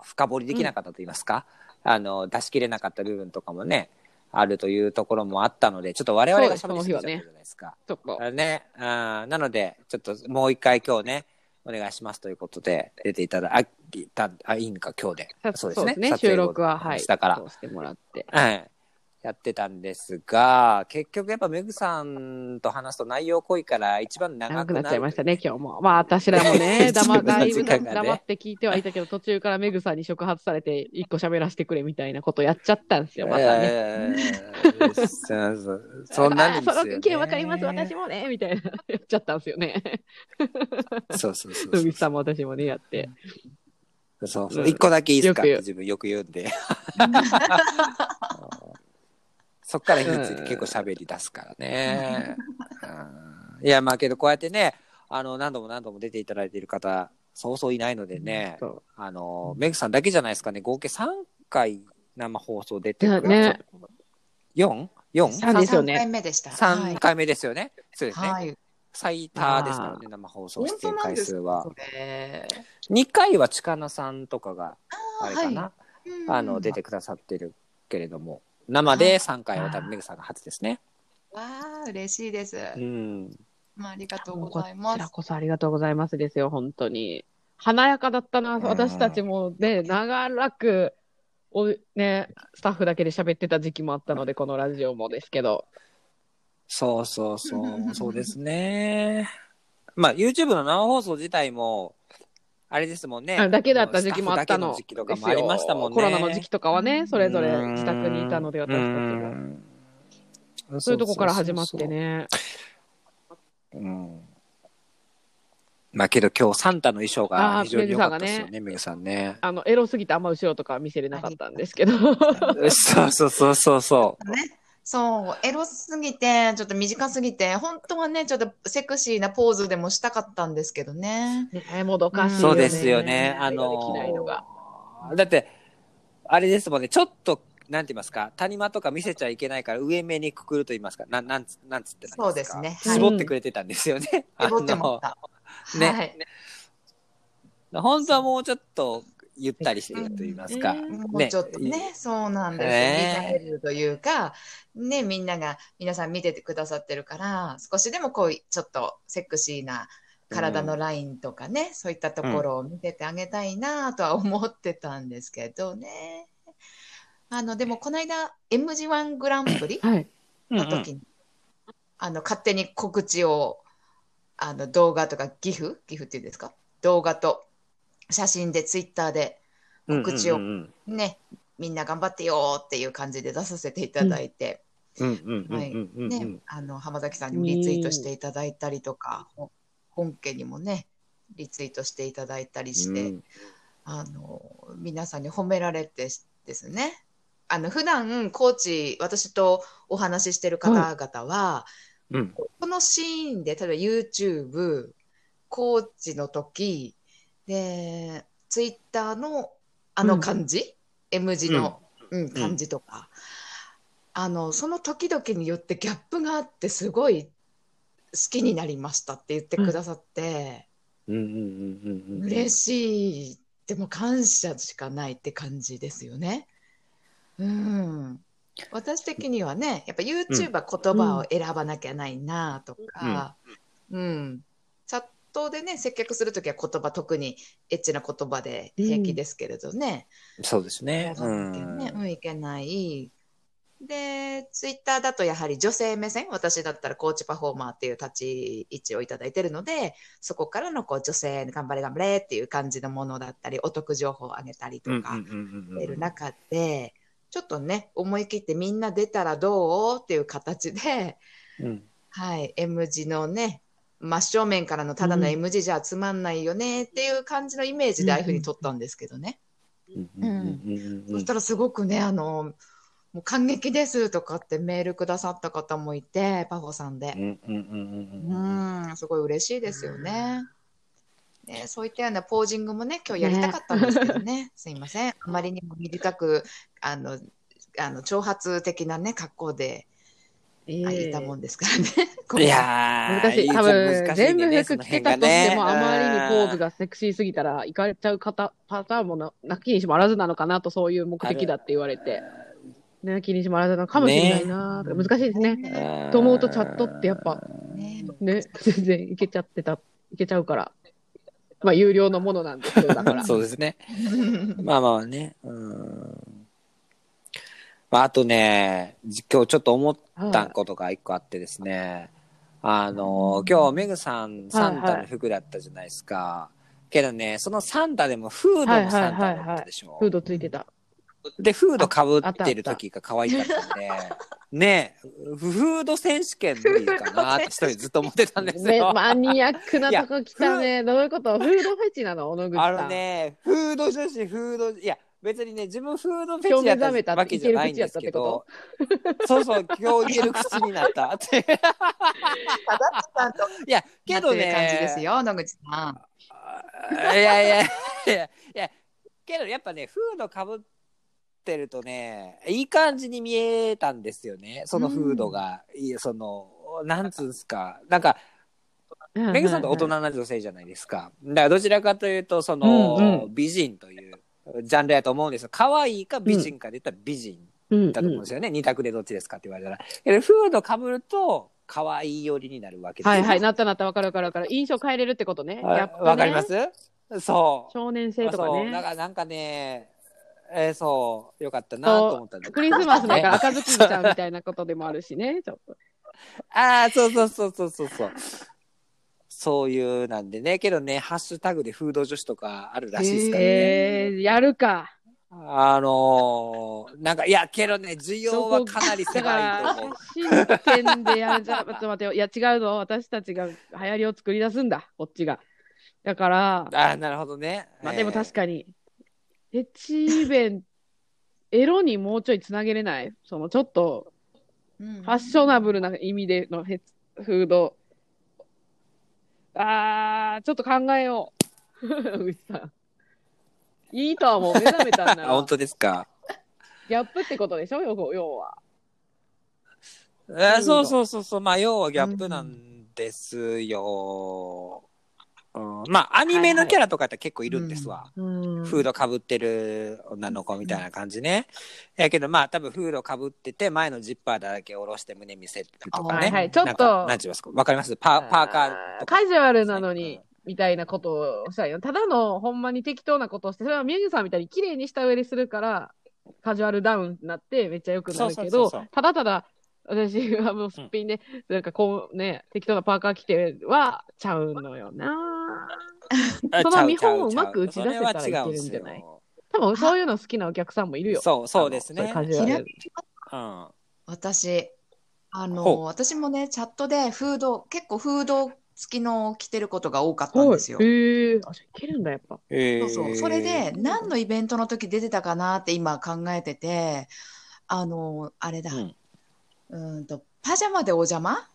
Speaker 1: 深掘りできなかったと言いますか、あの、出し切れなかった部分とかもね、あるというところもあったので、ちょっと我々が喋りすぎちゃったじゃないですか。
Speaker 2: ちょっと。
Speaker 1: あね、あーなので、ちょっともう一回今日ね、お願いしますということで、出ていただ、あ、いた、あ、いいんか、今日で。そうですね撮影
Speaker 2: 収録は、
Speaker 1: 後
Speaker 2: はい。
Speaker 1: したから
Speaker 2: そうしてもらって。
Speaker 1: はい。やってたんですが、結局やっぱメグさんと話すと内容濃いから一番長
Speaker 2: 長
Speaker 1: く
Speaker 2: く
Speaker 1: な
Speaker 2: な
Speaker 1: る
Speaker 2: っちゃいましたね、今日も。まあ、私らもね、
Speaker 1: 自
Speaker 2: 黙
Speaker 1: 分の
Speaker 2: だいぶ
Speaker 1: [laughs] 時間がね
Speaker 2: 黙って聞いてはいたけど、途中からメグさんに触発されて、一個喋らせてくれみたいなことやっちゃったんですよ、またね。
Speaker 1: えーそうそうそんなんですよ、ね。
Speaker 2: あその意見わかります、私もね、みたいな、やっちゃったんですよね。
Speaker 1: そうそうそう
Speaker 2: 野
Speaker 1: そう
Speaker 2: 口さんも私もね、やって。
Speaker 1: そうそう。一個だけいいですかっ
Speaker 2: よく言
Speaker 1: て自
Speaker 2: う
Speaker 1: 分よく言うんで。そっから火ついて結構喋り出すからね。うんいや、まあけどこうやってね、あの、何度も何度も出ていただいている方、そうそういないのでね、
Speaker 2: そ
Speaker 1: あの、メグさんだけじゃないですかね、合計3回生放送出て
Speaker 2: う
Speaker 1: くださっ
Speaker 2: ね
Speaker 1: て、、4?4?3
Speaker 2: 三ですよね
Speaker 3: 3回目でした。
Speaker 1: 回目ですよね。そうですね。
Speaker 3: はい。
Speaker 1: 最多ですからね、生放送
Speaker 3: 本
Speaker 1: 出
Speaker 3: 当
Speaker 1: 演
Speaker 3: なん
Speaker 1: 回
Speaker 3: で
Speaker 1: 数
Speaker 3: す
Speaker 1: は
Speaker 3: か。。それ
Speaker 1: 2回はちかなさんとかが、
Speaker 3: あ
Speaker 1: あ
Speaker 3: ー
Speaker 1: れかな、
Speaker 3: はいうん
Speaker 1: あの、出てくださってるけれども、生で3回は多分メグさんが初ですね。
Speaker 3: わあ、嬉しいです。
Speaker 1: うん。
Speaker 3: まあ、ありがとう
Speaker 2: もう
Speaker 3: ご
Speaker 2: こ
Speaker 3: ざいま
Speaker 2: ちら
Speaker 3: す。
Speaker 2: こそありがとうございますですよ、本当に。華やかだったな、
Speaker 1: ん
Speaker 2: 私たちもね、長らく、おね、スタッフだけで喋ってた時期もあったので、このラジオもですけど。
Speaker 1: そうそうそう、そうですね。まあ、YouTube の生放送自体も、あれですもんね。
Speaker 2: あだけだった時期もあった
Speaker 1: も
Speaker 2: の
Speaker 1: うスタッフだけの時期とかもありましたもんね。
Speaker 2: コロナの時期とかは
Speaker 3: う
Speaker 2: ね、
Speaker 3: ん
Speaker 2: それぞれ自宅にいたので、私たち
Speaker 1: う
Speaker 2: も。
Speaker 1: ん。
Speaker 2: そういうとこから始まってね。
Speaker 1: うん。まあけど今日サンタの衣装が非常に良かったですよね、メグさんね。
Speaker 2: あの、エロすぎてあんま後ろとかは見せれなかったんですけど。
Speaker 1: そうそうそうそうそう。
Speaker 3: そう、エロすぎて、ちょっと短すぎて、本当はね、ちょっとセクシーなポーズでもしたかったんですけどね。
Speaker 2: ね、もどかしい
Speaker 1: そ
Speaker 2: よね。
Speaker 1: うですよね。あ
Speaker 2: れができないのが。
Speaker 1: のーだって、あれですもんね、ちょっと、なんて言いますか、谷間とか見せちゃいけないから上目にくくると言いますか、なんなんつなんつってたん
Speaker 3: そうですねはい
Speaker 1: 絞ってくれてたんですよね。あ
Speaker 3: 絞っても
Speaker 1: の
Speaker 3: らった。
Speaker 1: ね
Speaker 3: はい。
Speaker 1: 本当はもうちょっとゆったりしてると言いますか。
Speaker 2: うん
Speaker 3: もうちょっとね、そうなんです。
Speaker 1: ね
Speaker 3: 見られるというか、ね、みんなが、皆さん見ててくださってるから、少しでもこう、ちょっとセクシーな体のラインとかね、そういったところを見ててあげたいなとは思ってたんですけどね。あの、でもこの間、MG1 グランプリ
Speaker 2: はい。
Speaker 1: うんう
Speaker 3: の
Speaker 1: ん
Speaker 3: 時に、あの、勝手に告知を、あの、動画とかギフギフっていうんですか動画と写真でツイッターで告知を
Speaker 1: うんうん
Speaker 3: ね、みんな頑張ってよーっていう感じで出させていただいて、
Speaker 1: うんうんうんうん
Speaker 3: はい
Speaker 1: うんうんうん
Speaker 3: ね、あの浜崎さんにリツイートしていただいたりとか、本家にもね、リツイートしていただいたりして、
Speaker 1: うん
Speaker 3: あの皆さんに褒められてですね。あの普段コーチ私とお話ししてる方々は、
Speaker 1: うん
Speaker 3: このシーンで例えば YouTube コーチの時で Twitter のあの感じ、M 字の、うん感じとか、あのその時々によってギャップがあってすごい好きになりましたって言ってくださって、
Speaker 1: うんうんうんうんうん
Speaker 3: 嬉しいでも感謝しかないって感じですよね。うん私的にはねやっぱ YouTuber 言葉を選ばなきゃないなとか、うんチャットでね接客する時は言葉特にエッチな言葉で平気ですけれどね、
Speaker 1: そうですね。
Speaker 3: 選
Speaker 1: う
Speaker 3: ばなきゃ
Speaker 1: ん
Speaker 3: ねうん、いけない。で、ツイッターだとやはり女性目線、私だったらコーチパフォーマーっていう立ち位置をいただいてるので、そこからのこう女性頑張れ頑張れっていう感じのものだったり、お得情報をあげたりとかしてる中で、ちょっとね、思い切ってみんな出たらどうっていう形で、
Speaker 1: うん
Speaker 3: はい、M 字のね、真正面からのただの M 字じゃつまんないよねっていう感じのイメージでああいうふうに撮ったんですけどね。
Speaker 1: うんうんうんうん
Speaker 3: そしたらすごくね、あの、もう感激ですとかってメールくださった方もいて、パフォさんで
Speaker 1: う。んうんうんう
Speaker 3: う
Speaker 1: んうん
Speaker 3: ん、すごい嬉しいですよね。ね、そういったようなポージングもね、今日やりたかったんですけどね、すいません。あまりにも短く、あの、あの挑発的なね、格好で、あいたもんですからね。
Speaker 1: いやー
Speaker 2: 難しい。多分、全部服着てたとしても、あまりにポー
Speaker 1: 難しいねその辺がね
Speaker 2: ズ。がセクシーすぎたら、行かれちゃう方、パターンもななきにしもあらずなのかなと、そういう目的だって言われて、ね、気にしもあらずなのかもしれないな、
Speaker 3: ね
Speaker 2: 難しいですね。
Speaker 3: ね
Speaker 1: うん
Speaker 2: と思うと、チャットってやっぱ、
Speaker 3: ね
Speaker 2: ね、全然いけちゃってた、いけちゃうから。まあ、有料のものなんですよ、だか
Speaker 1: [laughs]
Speaker 2: ら。
Speaker 1: そうですね。まあまあね。うん。まあ、あとね、今日ちょっと思ったことが一個あってですね。あの、今日メグさん、サンタの服だったじゃないですか。けどね、そのサンタでもフードもサンタだったでしょ
Speaker 2: フ。ードついてた。
Speaker 1: で、フードかぶってる時が可愛かったんで、ねえ、フード選手権無理かなって一人ずっと思ってたんです
Speaker 2: [laughs] ね
Speaker 1: よ。
Speaker 2: マニアックなとこ来たね。どういうことフードフェチなの小野口さん。
Speaker 1: あのね、フード女子、フード、いや、別にね、自分フードフェチやったわけじゃないんですけど、そうそう、今日いける口になったって。
Speaker 3: ただただと
Speaker 1: いや、け
Speaker 3: [laughs]
Speaker 1: ど
Speaker 3: なってる
Speaker 1: ね、
Speaker 3: 感じですよ、野口さん。
Speaker 1: いやいやいやいやけどやっぱねフードかぶってるとねいい感じに見えたんですよねそのフードが、いやそのなんつうんすかなんかメグさんと大人な女性じゃないですかだからどちらかというとその、
Speaker 2: うんう
Speaker 1: 美人というジャンルやと思うんですよ可愛いか美人かで言ったら美人
Speaker 2: うん
Speaker 1: だと思うんですよね、二択でどっちですかって言われたらけどフードかぶると可愛い寄りになるわけですよ
Speaker 2: はいはい、なったなった、わかるわかるわかる。印象変えれるってことね。ギャップ
Speaker 1: あ
Speaker 2: ね
Speaker 1: わかりますそう
Speaker 2: 少年性とか
Speaker 1: そうだ
Speaker 2: ね。
Speaker 1: からなんかね、えーそう、よかったなと思ったんだけど
Speaker 2: クリスマスだから
Speaker 1: ね
Speaker 2: 赤ずきんちゃうみたいなことでもあるしね、ちょっと。
Speaker 1: ああ、そうそうそうそうそうそう。そういうなんでね、けどね、ハッシュタグでフード女子とかあるらしいですからね。
Speaker 2: えー、やるか。
Speaker 1: あのー、なんか、いや、けどね、需要はかなり
Speaker 2: だか
Speaker 1: 狭いと
Speaker 2: ら
Speaker 1: 思う。、
Speaker 2: 写真展でやるじゃ、ちょっと待ってよ。いや、違うぞ。私たちが流行りを作り出すんだ、こっちが。だから、
Speaker 1: ああ、なるほどね。
Speaker 2: まあでも確かに、エッチイベント、エロにもうちょいつなげれないそのちょっと
Speaker 3: う
Speaker 2: フ
Speaker 3: ん
Speaker 2: ァッショナブルな意味でのヘッフード。あー、ちょっと考えよう。 [laughs] うちさん。いいとは思う。目覚めたん
Speaker 1: え
Speaker 2: な
Speaker 1: ー。
Speaker 2: ら
Speaker 1: あ [laughs] 本当ですか。
Speaker 2: ギャップってことでしょ要要は。
Speaker 1: えーそうそうそうそう、まあ、要はギャップなんですよ。うん、まあ、アニメのキャラとかやって結構いるんですわ。
Speaker 3: はい
Speaker 1: フードかぶってる女の子みたいな感じね。やけどまあ多分フードかぶってて前のジッパーだけ下ろして胸見せるとか
Speaker 2: は
Speaker 1: ね。
Speaker 2: い
Speaker 1: な
Speaker 2: は
Speaker 1: ん
Speaker 2: い。ちょっと
Speaker 1: か、なんて言いますかわかりますパーパーカーとか。
Speaker 2: カジュアルなのに、みたいなことをしたいよ。ただの、ほんまに適当なことをして、それは宮城さんみたいに綺麗にした上にするから、カジュアルダウンになって、めっちゃ良くなる
Speaker 1: そう
Speaker 2: け
Speaker 1: そう
Speaker 2: ど、
Speaker 1: そうそう
Speaker 2: ただただ、私はもうすっぴんで、なんかこうね、適当なパーカー着てはちゃうのよな。
Speaker 1: あ
Speaker 2: その
Speaker 1: ちゃ
Speaker 2: 見
Speaker 1: ちゃ
Speaker 2: 本をうまく打ち
Speaker 1: ち
Speaker 2: 出
Speaker 1: ゃ
Speaker 2: せたらい
Speaker 1: そ
Speaker 2: け
Speaker 1: れは違うん
Speaker 2: る
Speaker 1: で
Speaker 2: ん
Speaker 1: す
Speaker 2: じゃない
Speaker 1: よ。
Speaker 2: 多分そういうの好きなお客さんもいるよ。
Speaker 1: そう、そうですね。
Speaker 2: あのそういう
Speaker 3: ひ
Speaker 2: カジュ
Speaker 3: ら
Speaker 2: アル。
Speaker 3: めき
Speaker 1: うん。
Speaker 3: 私、あ
Speaker 1: ほう
Speaker 3: の、私もね、チャットでフード、結構フード付きのを着てることが多かったんですよ
Speaker 2: はい。へえあ、じゃあいけるんだ、やっぱ。
Speaker 1: え
Speaker 3: そうそう。それで、何のイベントの時出てたかなって今考えてて、あの、あれだ。
Speaker 1: うん
Speaker 3: うーんと、パジャマでお邪魔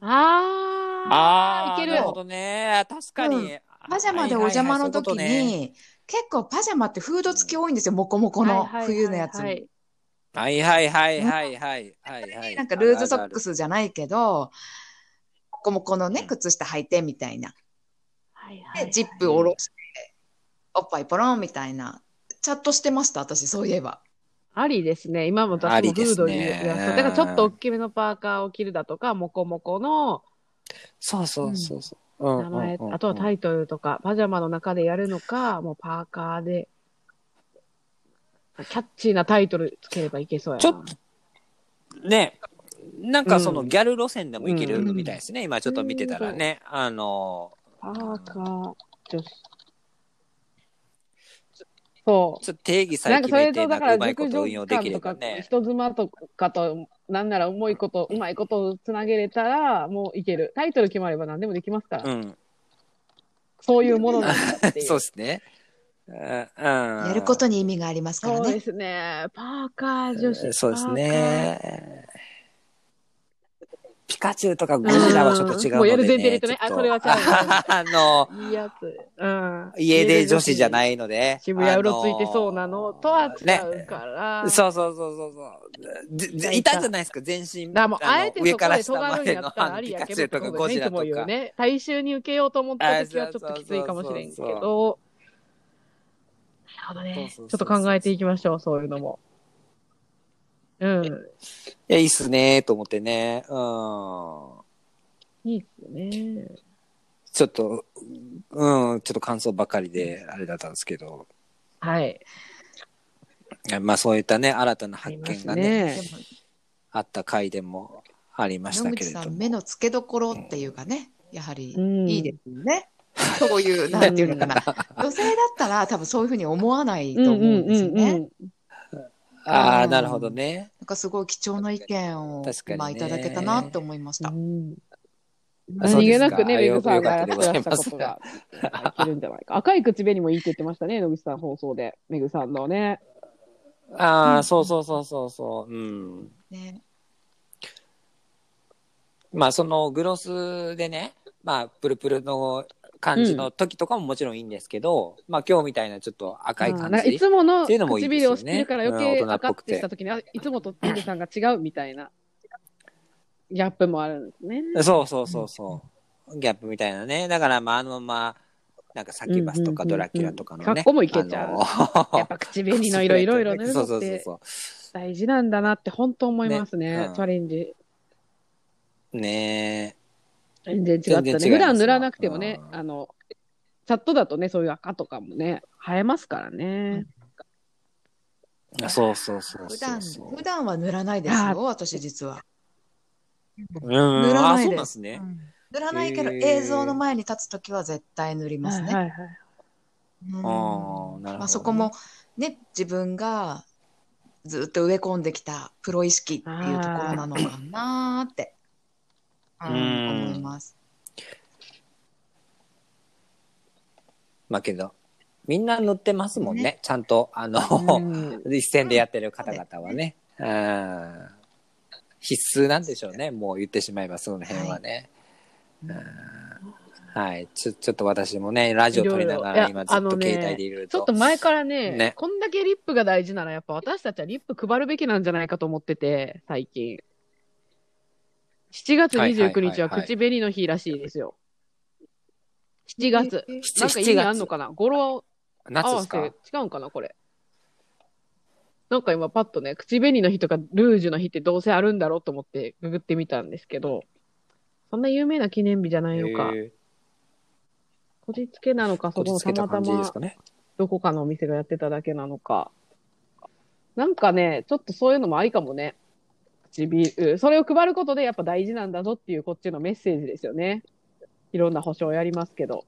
Speaker 2: あー。
Speaker 1: ああ、
Speaker 2: いける
Speaker 1: なるほどね。確か
Speaker 3: う
Speaker 1: に。
Speaker 3: パジャマでお邪魔の時
Speaker 1: はいはいはい、そういうこ
Speaker 3: に、結構パジャマってフード付き多いんですよ。モコモコの冬のやつ
Speaker 2: はいはいはいは
Speaker 3: に。
Speaker 2: い
Speaker 1: とねはいはいはいはいはいはいはい。
Speaker 3: なんかルーズソック
Speaker 1: ス。
Speaker 3: スじゃないけど、モコモコの
Speaker 1: う
Speaker 3: ね
Speaker 1: ん、
Speaker 3: 靴下履いてみたいな。
Speaker 2: はいはいはい
Speaker 3: で、ジップ下ろして、おっぱいポロンみたいな。チャットしてました、私、そういえば。
Speaker 2: ありですね。今も
Speaker 1: あ
Speaker 2: 私
Speaker 1: り
Speaker 2: も
Speaker 1: で
Speaker 2: フ
Speaker 1: す
Speaker 2: ードに
Speaker 1: ね
Speaker 2: やっただからちょっと大きめのパーカーを着るだとか、もこもこの
Speaker 1: そうそうそうそう。
Speaker 2: 名前、あとはタ
Speaker 1: イ
Speaker 2: イトルとか、パジャマの中でやるのか、もうパーカーで、キャッチーなタイトルつければいけそうやな。
Speaker 1: ちょっねなんかその
Speaker 2: うん
Speaker 1: ギャル路線でもいける
Speaker 3: うん
Speaker 1: みたいですね、今ちょっと見てたらね、あの
Speaker 2: パーカー女子。そう。
Speaker 1: ちょっと定義さ
Speaker 2: な
Speaker 1: え
Speaker 2: んか
Speaker 1: 決
Speaker 2: それ
Speaker 1: めて
Speaker 2: と
Speaker 1: なん
Speaker 2: だか
Speaker 1: からうまいこ
Speaker 2: 熟
Speaker 1: と
Speaker 2: 女
Speaker 1: 運用で
Speaker 2: 感
Speaker 1: きれ
Speaker 2: と
Speaker 1: ば
Speaker 2: か
Speaker 1: ね
Speaker 2: 人妻とかとなんならうまいことうまいことつなげれたらもういけるタイトル決まれば何でもできますから、
Speaker 1: うん
Speaker 2: そういうものなんだっていう
Speaker 1: そうですねうんや
Speaker 3: やることに意味がありますから
Speaker 2: そうで
Speaker 3: ね。
Speaker 2: すね。パーカー女子。
Speaker 1: そうですねピカチュウとかゴジラはちょっと違うので、ね、
Speaker 2: うんもうやる前提で言うとね
Speaker 1: ちょっ
Speaker 2: あそれはちゃ
Speaker 1: [laughs] あの
Speaker 2: パーカー。いいやつ。うん。
Speaker 1: 家出女子じゃ
Speaker 2: い。
Speaker 1: ないので
Speaker 2: 渋谷うろついてそうなのとは違うから。
Speaker 1: そうそうそうそうそうぜぜ。いたじゃないですか、全身。
Speaker 2: だからもう
Speaker 1: の
Speaker 2: あえて
Speaker 1: 上
Speaker 2: そ
Speaker 1: か
Speaker 2: こ
Speaker 1: ら
Speaker 2: で
Speaker 1: 下
Speaker 2: 尖
Speaker 1: ま
Speaker 2: るん
Speaker 1: で
Speaker 2: や
Speaker 1: の
Speaker 2: ったらあり
Speaker 1: ピ
Speaker 2: や
Speaker 1: カ
Speaker 2: け
Speaker 1: チュウ
Speaker 2: ど
Speaker 1: とか
Speaker 2: ね
Speaker 1: ゴジラ
Speaker 2: いつも
Speaker 1: と
Speaker 2: 言う
Speaker 1: か。
Speaker 2: ね。大衆に受けようと思った時はちょっときついかもしれんけど。なるほどね。ち
Speaker 1: そ
Speaker 2: ょ
Speaker 1: う
Speaker 2: っ
Speaker 1: そうそうそう
Speaker 2: と考えていきましょう、そういうのも。うん。
Speaker 1: いや、いいっすねーと思ってね。うん。ちょ
Speaker 2: いいっすね。
Speaker 1: っと、うん、ちょっと感想ばかりで、あれだったんですけど。
Speaker 2: はい。
Speaker 1: いやまあ、そういったね、新たな
Speaker 2: あ
Speaker 1: 発
Speaker 2: りま
Speaker 1: 見
Speaker 2: す
Speaker 1: がね、
Speaker 2: ね。
Speaker 3: でも
Speaker 1: あった回でもありました
Speaker 3: 野
Speaker 1: け
Speaker 3: 口
Speaker 1: れ
Speaker 3: さ
Speaker 1: ど
Speaker 3: ん、
Speaker 1: も。
Speaker 3: 目の付けどころっていうかね、やはり
Speaker 2: うん
Speaker 3: いいですよね。そういう、なんていうのかな。女性だったら多分そういうふうに思わないと思うんですよね。
Speaker 2: ん。
Speaker 1: [laughs] ああ、
Speaker 3: うん
Speaker 1: なるほどね。
Speaker 3: なんかすごい貴重な意見を
Speaker 1: 確かにね
Speaker 3: まあいただけたなって思いました。
Speaker 2: うん何気なくね、
Speaker 1: そうですか
Speaker 2: メグさんが
Speaker 1: あ
Speaker 2: や
Speaker 1: よ
Speaker 2: っ
Speaker 1: か
Speaker 2: て
Speaker 1: っ
Speaker 2: ら
Speaker 1: た
Speaker 2: っ
Speaker 1: でございます
Speaker 2: しゃることがいけるんじゃないか。赤い口紅もいいって言ってましたね、野口さん放送で。メグさんのね。
Speaker 1: あ
Speaker 3: う
Speaker 1: あ、
Speaker 3: ん
Speaker 1: そうそうそうそうそう。うん。
Speaker 3: ね。
Speaker 1: まあ、そのグロスでね、まあ、プルプルの感じの時とかももちろんいいんですけど、まあ、今日みたいなちょっと赤い
Speaker 2: あー
Speaker 1: 感
Speaker 2: なんかい
Speaker 1: じ。
Speaker 2: つもの
Speaker 1: っていうのもいいです
Speaker 2: 唇
Speaker 1: よ
Speaker 2: を
Speaker 1: ね
Speaker 2: 知ってるから余計
Speaker 1: うん大人
Speaker 2: 赤
Speaker 1: っぽ
Speaker 2: っ
Speaker 1: くて
Speaker 2: てした時に、あいつもとメグさんが違うみたいなギャップもあるんですね。
Speaker 1: そうそうそうそう。ギャップみたいなね。だから、まあ、あのまま、なんかサキュバスとか
Speaker 2: うん
Speaker 1: ド
Speaker 2: うんうんうん
Speaker 1: ラキュラとかのね。
Speaker 2: 格好もいけちゃう
Speaker 1: あの
Speaker 2: やっぱ口紅の色いろいろ塗る
Speaker 1: そ
Speaker 2: の
Speaker 1: うそ
Speaker 2: っ
Speaker 1: うそう
Speaker 2: て
Speaker 1: そ
Speaker 2: 大事なんだなって本当思いますね。
Speaker 1: ねうん
Speaker 2: チャレンジ。
Speaker 1: う。ね
Speaker 2: 全然違った
Speaker 1: 全然違
Speaker 2: ね。
Speaker 1: います
Speaker 2: 普段塗らなくてもね、
Speaker 1: うん
Speaker 2: あの、チャットだとね、そういう赤とかもね、映えますからね。
Speaker 1: え。そうそうそうそ
Speaker 3: 普段
Speaker 1: うそう。
Speaker 3: 普段は塗らないです
Speaker 2: あー
Speaker 3: よ、私実は。
Speaker 1: うん
Speaker 3: 塗らな
Speaker 1: あ、
Speaker 3: い
Speaker 1: そう
Speaker 3: で
Speaker 1: なんですすね
Speaker 3: う。ん塗らないけど、
Speaker 1: へー
Speaker 3: 映像の前に立つときは絶対塗りますね。
Speaker 2: はいはい
Speaker 3: う
Speaker 1: あー
Speaker 3: ん
Speaker 1: なるほどね
Speaker 3: まあ、そこもね自分がずっと植え込んできたプロ意識っていうところなのかなーって、
Speaker 1: ー
Speaker 3: うん
Speaker 1: うん
Speaker 3: 思います。
Speaker 1: まあけど、みんな塗ってますもんね。
Speaker 3: ね
Speaker 1: ちゃんと、あの、
Speaker 2: はい。
Speaker 1: 一線でやってる方々はね。うん必須なんでしょうね。もう言ってしまえば、その辺はね。うんはい。ちょ、ちょっと私もね、ラジオ撮りながら
Speaker 2: い
Speaker 1: 今
Speaker 2: ろいろ
Speaker 1: ずっと
Speaker 2: いやあのね
Speaker 1: 携帯でいろいろ
Speaker 2: ちょっ
Speaker 1: と
Speaker 2: と。前からね
Speaker 1: ね
Speaker 2: こんだけリップが大事なら、やっぱ私たちはリップ配るべきなんじゃないかと思ってて、最近。7月29日は
Speaker 1: はいはいはいはい
Speaker 2: 口紅の日らしいですよ。7月。
Speaker 3: え
Speaker 2: なんか意味あんの
Speaker 1: か
Speaker 2: かな語呂合
Speaker 1: 夏で
Speaker 2: わ
Speaker 1: す
Speaker 2: せ
Speaker 1: か
Speaker 2: 違うんかなこれ。なんか今パッとね、口紅の日とかルージュの日ってどうせあるんだろうと思ってググってみたんですけど、そんな有名な記念日じゃないのか
Speaker 1: へ、え
Speaker 2: こじつけなのか、そ
Speaker 1: こじ
Speaker 2: の
Speaker 1: つけた
Speaker 2: たまた
Speaker 1: 感じで
Speaker 2: ます
Speaker 1: かね。
Speaker 2: どこかのお店がやってただけなのか。なんかね、ちょっとそういうのもありかもね。唇、それを配ることでやっぱ大事なんだぞっていうこっちのメッセージですよね。いろんな保証やりますけど。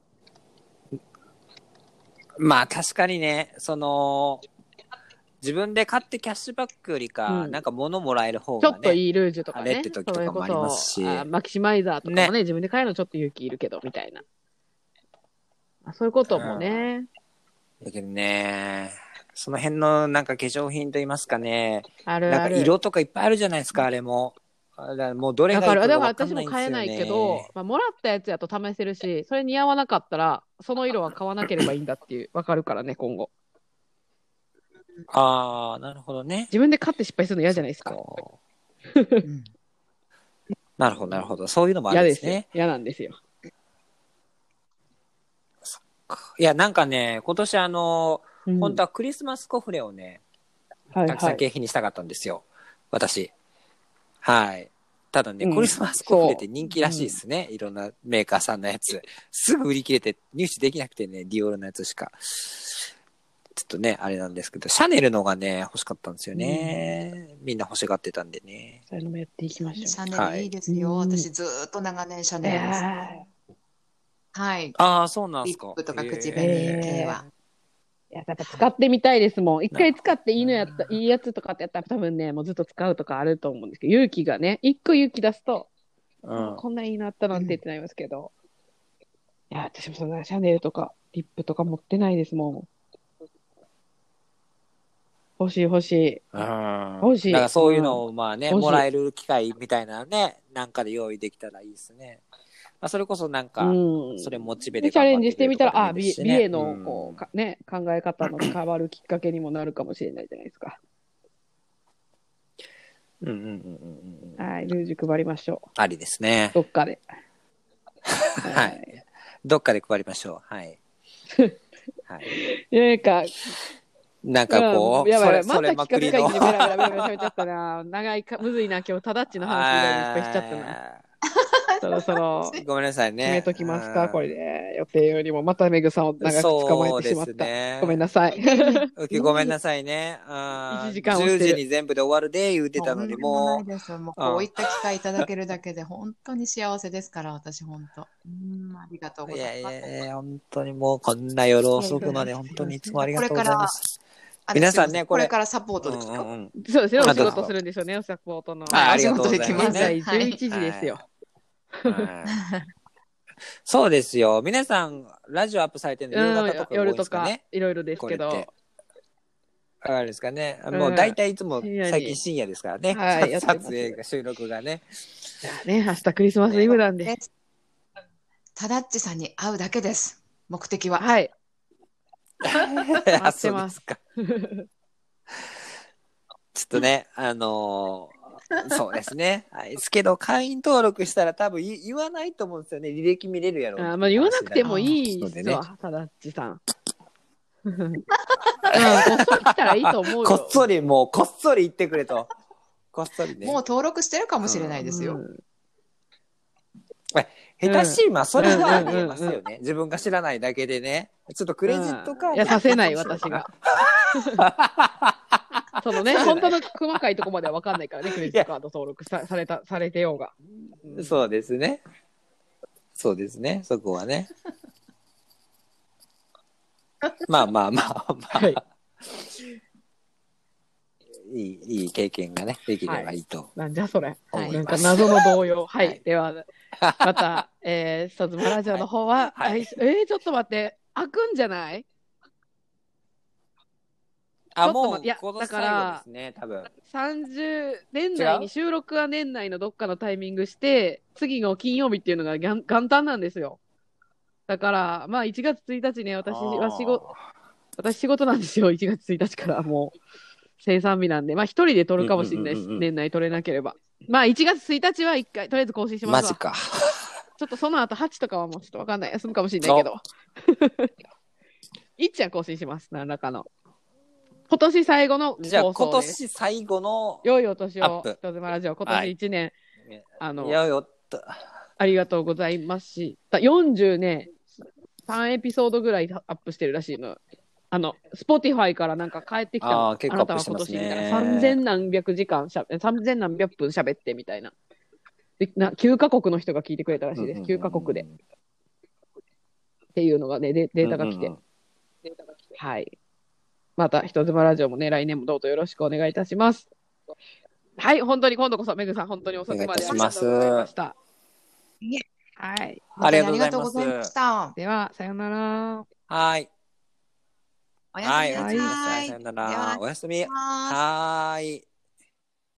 Speaker 1: まあ確かにね、その、自分で買ってキャッシュバックよりか、
Speaker 2: うん
Speaker 1: なんか物もらえる方
Speaker 2: ちょ
Speaker 1: がね。
Speaker 2: っといいルージュとか
Speaker 1: あ
Speaker 2: ね。
Speaker 1: れって時とかもありますし
Speaker 2: それこそあマキシマイザーとかもね、
Speaker 1: ね
Speaker 2: 自分で買えるのちょっと勇気いるけど、みたいな。あそういうこともね。
Speaker 1: だけどね、その辺のなんか化粧品といいますかね、
Speaker 2: ある
Speaker 1: な
Speaker 2: あ
Speaker 1: んか
Speaker 2: る。
Speaker 1: 色とかいっぱいあるじゃないですか、あれも。あだからもうどれ
Speaker 2: だ
Speaker 1: がいい
Speaker 2: から、
Speaker 1: か
Speaker 2: だから
Speaker 1: わか
Speaker 2: 私
Speaker 1: んな
Speaker 2: も
Speaker 1: いんですよ、ね、
Speaker 2: 買えないけど、まあ、もらったやつやと試せるし、それ似合わなかったら、その色は買わなければいいんだっていう、わかるからね、今後。
Speaker 1: ああ、なるほどね。
Speaker 2: 自分で買って失敗するの嫌じゃないですか。
Speaker 1: こう
Speaker 3: うん
Speaker 1: なるほど、なるほど。そういうのもあ
Speaker 2: 嫌
Speaker 1: るんで
Speaker 2: で
Speaker 1: すす
Speaker 2: よ
Speaker 1: ね。。
Speaker 2: 嫌なんですよ。
Speaker 1: いや、なんかね、今年あの、
Speaker 2: うん
Speaker 1: 本当はクリスマスコフレをね、
Speaker 2: はい
Speaker 1: たくさ
Speaker 2: は
Speaker 1: ん
Speaker 2: い。
Speaker 1: 景品にしたかったんですよ。私。はい。ただね、
Speaker 2: うん
Speaker 1: クリスマスコフレって人気らしいですね。いろんなメーカーさんのやつ。すぐ売り切れて入手できなくてね、ディオールのやつしか。ちょっとね、あれなんですけど、シャネルのがね、欲しかったんですよね。みんな欲しがってたんでね。
Speaker 2: そういうのもやっていきまし
Speaker 3: シ
Speaker 2: ょ
Speaker 3: ャネルいいですよ。
Speaker 2: はい
Speaker 3: 私ずーっと長年シャ
Speaker 2: う。
Speaker 3: ネルです。
Speaker 2: ね
Speaker 3: はい。
Speaker 1: ああ、そうなんで
Speaker 3: リ
Speaker 1: すか。
Speaker 3: ップとか口
Speaker 2: へ
Speaker 3: 紅
Speaker 2: え
Speaker 3: 系は。
Speaker 2: いや、やっぱ使ってみたいですもん。一回使っていいのやった、いいやつとかってやったら多分ね、もうずっと使うとかあると思うんですけど、勇気がね、一個勇気出すと、
Speaker 1: うん。
Speaker 2: こんないいのあったなんて言ってなりますけど。いや、私もそんなシャネルとか、リップとか持ってないですもん。欲しい欲しい。
Speaker 1: うん
Speaker 2: 欲しい
Speaker 1: だからそういうのをまあね、
Speaker 2: うん
Speaker 1: もらえる機会みたいなね、なんかで用意できたらいいですね。まあ、それこそなんか、
Speaker 2: うん。
Speaker 1: それモチベ
Speaker 2: で
Speaker 1: で
Speaker 2: チャ
Speaker 1: 頑張っ
Speaker 2: レン
Speaker 1: て
Speaker 2: ジし
Speaker 1: くれ
Speaker 2: て
Speaker 1: る
Speaker 2: み
Speaker 1: こと
Speaker 2: た
Speaker 1: で
Speaker 2: ら、あ、
Speaker 1: もいい
Speaker 2: 美
Speaker 1: ですし
Speaker 2: 美
Speaker 1: ね
Speaker 2: への、こう、かね、考え方の変わるきっかけにもなるかもしれないじゃないですか。
Speaker 1: うんうんうんうんうんうん。
Speaker 2: はい、ルージュ配りましょ
Speaker 1: ありですね
Speaker 2: う。。どっかで。
Speaker 1: は。い。どっかで配りましょう。
Speaker 2: [laughs]
Speaker 1: はい。 [laughs] はい、
Speaker 2: いやなんか、
Speaker 1: なんかこう、
Speaker 2: うんやばいやばい、
Speaker 1: それ、
Speaker 2: また
Speaker 1: それまくり
Speaker 2: 企画
Speaker 1: の。
Speaker 2: 会議でベラベラベラベラ喋っちゃったな。長いか、むずいな、今日、ただっちの話以外にいっぱいしちゃったな。
Speaker 1: あ
Speaker 2: そろそろ、
Speaker 1: ーごめんなさいね。
Speaker 2: 決めときます
Speaker 1: う
Speaker 2: か、
Speaker 1: ん
Speaker 2: これで。予定よりも、またメグさんを長く捕まえてしまっ
Speaker 1: そう
Speaker 2: た。
Speaker 1: ですね。
Speaker 2: ごめん
Speaker 1: [laughs]
Speaker 2: なさい。
Speaker 1: うきごめんなさいね。1
Speaker 2: 一時間押
Speaker 1: 10
Speaker 2: してる
Speaker 1: 時に全部で終わるで言うてたのに、も
Speaker 3: とんでもないですもうこういった機会いただけるだけで本当に幸せですから、私本当。うん、ありがとう
Speaker 1: う。
Speaker 3: ご
Speaker 1: い
Speaker 3: ざ
Speaker 1: や
Speaker 3: い
Speaker 1: い
Speaker 3: ます。
Speaker 1: やいや、本当にもうこんな夜遅くまで本当にいつもありがとうございます。
Speaker 3: あ
Speaker 1: 皆さんね
Speaker 3: すいませ
Speaker 1: これ
Speaker 3: これからサポートです
Speaker 1: うん
Speaker 3: よ。
Speaker 1: うんうん
Speaker 2: そうですね、お
Speaker 1: あ
Speaker 2: 仕
Speaker 1: どうぞ
Speaker 2: 事するんでしょうね、おサポートの。
Speaker 1: はい、あ
Speaker 3: あ
Speaker 1: り
Speaker 3: り
Speaker 1: が
Speaker 3: が
Speaker 1: と
Speaker 3: と
Speaker 1: う
Speaker 3: う
Speaker 1: ご
Speaker 3: ご
Speaker 1: ざ
Speaker 3: ざ
Speaker 1: い
Speaker 3: い [laughs]
Speaker 1: ま、
Speaker 3: ます
Speaker 1: ね。
Speaker 2: 現在11
Speaker 3: す
Speaker 2: 時ですよ。
Speaker 1: はいそうですよ。皆さん、ラジオアップされてるの夕方とかが多い
Speaker 2: 夜
Speaker 1: で
Speaker 2: と
Speaker 1: すか
Speaker 2: か
Speaker 1: ね。、
Speaker 2: いろいろですけ
Speaker 1: これっ
Speaker 2: ど
Speaker 1: て。あれですかね。
Speaker 2: ん
Speaker 1: もう大体いつも
Speaker 2: 深夜に
Speaker 1: 最近深夜ですからね。
Speaker 2: はいやってます
Speaker 1: 撮影が、収録が
Speaker 2: [laughs]
Speaker 1: ね。
Speaker 2: じゃあね、明日クリスマスイブなんで。
Speaker 3: でタダッチさんに会うだけです。目的は。
Speaker 2: はい。
Speaker 1: あ、
Speaker 2: って
Speaker 1: そう
Speaker 2: ま
Speaker 1: です [laughs] すか。ちょっとね、あのーそうですね。はい、ですけど、会員登録したら多分い言わないと思うんですよね。履歴見れるやろうっていう話だ。
Speaker 2: あまあ言わなくてもいい
Speaker 1: の
Speaker 2: っ
Speaker 1: ですね。
Speaker 2: わ、タダッチさん。 [laughs] うん、こっそり来たらいいと思うよ。
Speaker 1: こっそりもう、こっそり言ってくれと。こっそりね。
Speaker 3: もう登録してるかもしれないですよ。
Speaker 2: うん
Speaker 1: 下手しい、まあ、それはありえます
Speaker 2: うん
Speaker 1: よね。自分が知らないだけでね。ちょっとクレジットカード。
Speaker 2: いや、させない、私が。 [laughs] そのね、本当の細かいとこまでは分かんないからね、クレジットカード登録さされた、されてようが。
Speaker 1: そうですね。そうですね、そこは
Speaker 2: [laughs]
Speaker 1: ね。まあまあまあまあ、
Speaker 2: はい
Speaker 1: いい、いい経験がね、できればいいと。
Speaker 2: なんじゃそれ。
Speaker 1: 思
Speaker 2: ないん
Speaker 1: ま
Speaker 2: か
Speaker 1: す
Speaker 2: 謎の動揺。はい。
Speaker 1: はい
Speaker 2: では、また、えー、スタズマラジオの方は、
Speaker 1: はいはい
Speaker 2: 来週えー、ちょっと待って、開くんじゃないちょ
Speaker 1: あ、
Speaker 2: っと
Speaker 1: もう
Speaker 2: 待っていや、
Speaker 1: この
Speaker 2: だか
Speaker 1: 最
Speaker 2: ら
Speaker 1: 後ですね、多分。
Speaker 2: 30年内
Speaker 1: 違
Speaker 2: に
Speaker 1: う
Speaker 2: 収録は年内のどっかのタイミングして次の金曜日っていうのが元元旦なんですよだからまあ1月1日ね私は仕事私仕事なんですよ1月1日から [laughs] もう生産日なんでまあ一人で撮るかもしれないです、
Speaker 1: うんうんうんうん
Speaker 2: 年内撮れなければまあ1月1日は1回とりあえず更新し
Speaker 1: あー
Speaker 2: ま
Speaker 1: マ
Speaker 2: す
Speaker 1: ジ
Speaker 2: わ
Speaker 1: か。
Speaker 2: ちょっとその後8とかはもうちょっとわかんない休むかもしれないけど [laughs] いっちゃん更新します何らかの今年最後の放送です
Speaker 1: じゃあ、今年最後の、
Speaker 2: 良いお年
Speaker 1: アッ
Speaker 2: を、
Speaker 1: プ
Speaker 2: 人妻ラジオ、今
Speaker 1: はい
Speaker 2: 年1年、
Speaker 1: ね
Speaker 2: あ
Speaker 1: い
Speaker 2: の、
Speaker 1: やよっと、
Speaker 2: ありがとうございました。40ね、3エピソードぐらいアップしてるらしいの。あの、スポティファイからなんか帰ってきたの
Speaker 1: あー結構
Speaker 2: あなたは今
Speaker 1: アップし
Speaker 2: 年
Speaker 1: て
Speaker 2: み
Speaker 1: ます
Speaker 2: た
Speaker 1: ね
Speaker 2: いな。3000何百時間しゃべ、3000何百分喋ってみたいな。でな9カ国の人が聞いてくれたらしいです。9カ国で。っ
Speaker 1: うんうんうん
Speaker 2: ていうのがね、デデータが来て
Speaker 1: うんうん。
Speaker 2: はい。また、人妻ラジオもね、来年もどうぞよろしくお願いいたします。はい、本当に今度こそ、メグさん、本当に遅くまで
Speaker 1: お願いいたします
Speaker 2: ありがとうございました
Speaker 3: いえ。
Speaker 2: はい。
Speaker 1: ありがとうご
Speaker 3: 本当に
Speaker 1: ざいます
Speaker 3: ありがとうございました。
Speaker 2: では、さよなら。
Speaker 1: はい。
Speaker 3: おや
Speaker 1: はい、
Speaker 3: すみ
Speaker 1: お
Speaker 3: な
Speaker 1: や
Speaker 3: さ
Speaker 1: すみ
Speaker 3: い。
Speaker 1: なさい。さよなら。おやすみ。は
Speaker 3: は
Speaker 1: ーい。